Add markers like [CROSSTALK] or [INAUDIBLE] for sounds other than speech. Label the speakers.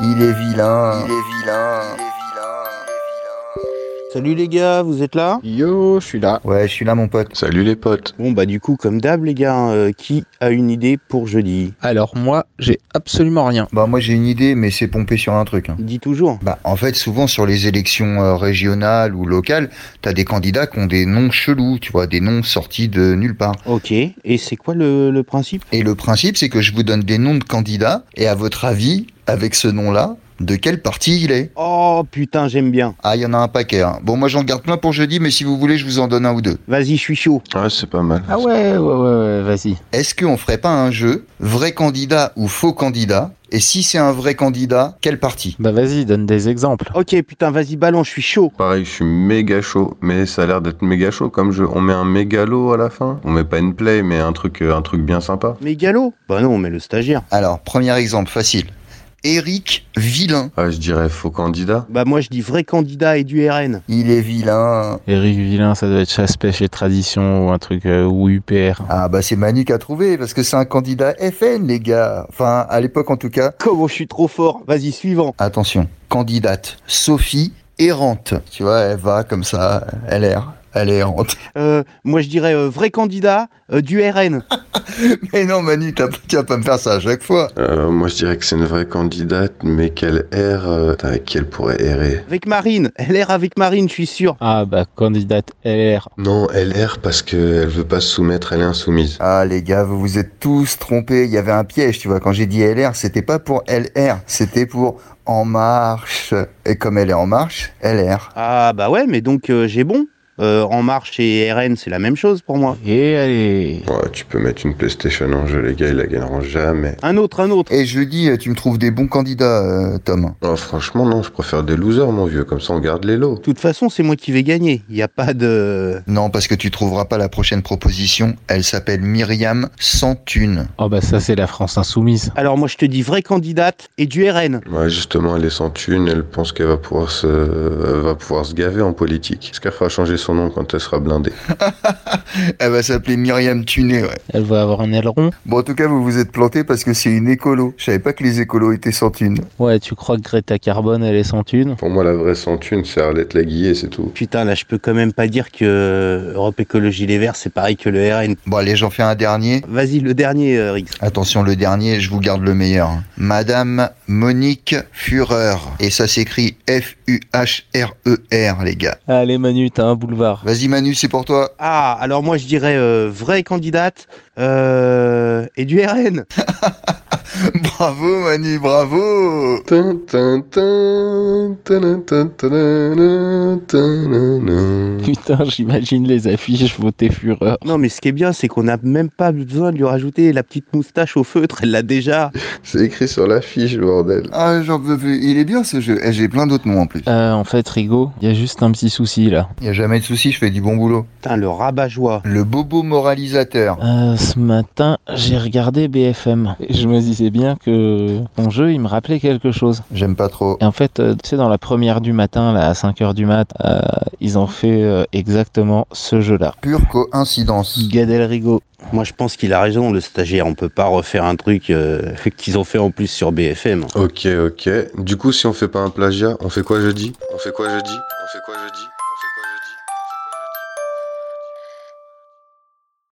Speaker 1: Il est vilain. Il est vilain.
Speaker 2: Salut les gars, vous êtes là
Speaker 3: Yo, je suis là.
Speaker 1: Ouais, je suis là, mon pote.
Speaker 4: Salut les potes.
Speaker 2: Bon bah du coup comme d'hab les gars, euh, qui a une idée pour jeudi
Speaker 5: Alors moi, j'ai absolument rien.
Speaker 1: Bah, moi, j'ai une idée, mais c'est pompé sur un truc. hein.
Speaker 2: Dis toujours.
Speaker 1: Bah, en fait, souvent sur les élections euh, régionales ou locales, t'as des candidats qui ont des noms chelous, tu vois, des noms sortis de nulle part.
Speaker 2: Ok, et c'est quoi le, le principe
Speaker 1: Et le principe, c'est que je vous donne des noms de candidats, et à votre avis, avec ce nom-là, de quel parti il est
Speaker 2: Oh putain j'aime bien.
Speaker 1: Ah, il y en a un paquet. hein. Bon, moi, j'en garde plein pour jeudi, mais si vous voulez, je vous en donne un ou deux.
Speaker 2: Vas-y je suis chaud.
Speaker 4: Ouais, c'est pas mal.
Speaker 3: Ah ouais, ouais, ouais, ouais vas-y.
Speaker 1: Est-ce qu'on ferait pas un jeu vrai candidat ou faux candidat Et si c'est un vrai candidat, quel parti
Speaker 3: Bah vas-y, donne des exemples.
Speaker 2: Ok putain vas-y ballon, je suis chaud.
Speaker 4: Pareil, je suis méga chaud, mais ça a l'air d'être méga chaud comme jeu. On met un méga lot à la fin. On met pas une play, mais un truc, euh, un truc bien sympa.
Speaker 2: Mégalo Bah non mais le stagiaire.
Speaker 1: Alors, premier exemple facile. Éric Vilain.
Speaker 4: Ah, je dirais faux candidat.
Speaker 2: Bah moi je dis vrai candidat et du RN.
Speaker 1: Il est vilain.
Speaker 3: Eric Villain, ça doit être chasse, pêche et tradition ou un truc, euh, ou UPR.
Speaker 1: Ah bah c'est Manu qui a trouvé parce que c'est un candidat FN les gars. Enfin à l'époque en tout cas.
Speaker 2: Comment je suis trop fort Vas-y suivant.
Speaker 1: Attention, candidate Sophie errante. Tu vois, elle va comme ça, elle erre, elle est errante. [LAUGHS]
Speaker 2: Euh, moi je dirais euh, vrai candidat euh, du RN.
Speaker 1: Mais non Manu, t'as- tu vas pas me faire ça à chaque fois.
Speaker 4: Euh, moi, je dirais que c'est une vraie candidate, mais qu'elle erre. euh, putain, avec qui elle pourrait errer
Speaker 2: Avec Marine. LR avec Marine je suis sûr.
Speaker 3: Ah bah candidate LR.
Speaker 4: Non, elle erre parce qu'elle veut pas se soumettre, elle est insoumise.
Speaker 1: Ah les gars, vous vous êtes tous trompés, il y avait un piège, tu vois, quand j'ai dit LR, c'était pas pour LR, c'était pour En Marche. Et comme elle est en marche, LR.
Speaker 2: Ah bah ouais mais donc euh, j'ai bon. Euh, en marche et RN c'est la même chose pour moi.
Speaker 3: Et Eh, allez.
Speaker 4: Ouais, tu peux mettre une PlayStation en jeu, les gars, ils la gagneront jamais.
Speaker 2: Un autre, un autre.
Speaker 1: Et je dis, euh, tu me trouves des bons candidats, euh, Tom.
Speaker 4: Oh, franchement, non, je préfère des losers, mon vieux, comme ça on garde les lots.
Speaker 2: De toute façon, c'est moi qui vais gagner. Il n'y a pas de.
Speaker 1: Non, parce que tu trouveras pas la prochaine proposition, elle s'appelle Myriam Santune.
Speaker 3: Oh bah ça c'est la France insoumise.
Speaker 2: Alors moi, je te dis vraie candidate et du RN.
Speaker 4: Ouais, justement, elle est sans thune, elle pense qu'elle va pouvoir se, elle va pouvoir se gaver en politique. Est-ce qu'elle fera changer son nom quand elle sera blindée
Speaker 1: Elle va s'appeler Myriam Tuné, ouais.
Speaker 3: Elle va avoir un aileron.
Speaker 1: Bon, en tout cas, vous vous êtes planté parce que c'est une écolo. Je savais pas que les écolos étaient Santune.
Speaker 3: Ouais, tu crois que Greta Carbone elle est sans thune
Speaker 4: Pour moi, la vraie sans thune, c'est Arlette Laguillé, c'est tout.
Speaker 2: Putain, là, je peux quand même pas dire que Europe Écologie Les Verts, c'est pareil que le RN.
Speaker 1: Bon, allez, j'en fais un dernier.
Speaker 2: Vas-y, le dernier, euh, Rix.
Speaker 1: Attention, le dernier, je vous garde le meilleur. Madame Monique Führer. Et ça s'écrit F-U-H-R-E-R, E les gars.
Speaker 3: Allez Manu, t'as un boulevard.
Speaker 1: Vas-y Manu, c'est pour toi. [LAUGHS]
Speaker 2: Ah, alors moi, je dirais euh, vraie candidate euh, et du RN.
Speaker 1: Bravo Manu, bravo
Speaker 4: Tin, tin, tin, tin, tin, tin, tin, tin, tin.
Speaker 3: [LAUGHS] Putain, j'imagine les affiches voter fureur.
Speaker 2: Non, mais ce qui est bien, c'est qu'on n'a même pas besoin de lui rajouter la petite moustache au feutre. Elle l'a déjà.
Speaker 4: C'est écrit sur l'affiche, bordel.
Speaker 1: Ah, j'en peux plus. Il est bien ce jeu. Eh, J'ai plein d'autres noms en plus.
Speaker 3: Euh, en fait, Rigo, il y a juste un petit souci là.
Speaker 1: Il a jamais de souci, je fais du bon boulot.
Speaker 2: Putain, le rabat-joie.
Speaker 1: Le bobo moralisateur.
Speaker 3: Euh, ce matin, j'ai regardé BFM. Et je me disais bien que mon jeu, il me rappelait quelque chose.
Speaker 1: J'aime pas trop.
Speaker 3: Et en fait, euh, tu sais, dans la première du matin, là, à 5 heures du mat, euh, ils ont fait euh, exactement ce jeu-là.
Speaker 1: Pure coïncidence.
Speaker 3: Gad Elrigo.
Speaker 2: Moi, je pense qu'il a raison, le stagiaire. On peut pas refaire un truc euh, [LAUGHS] qu'ils ont fait en plus sur BFM.
Speaker 4: Ok, ok. Du coup, si on fait pas un plagiat, on fait quoi jeudi On fait quoi jeudi On fait quoi jeudi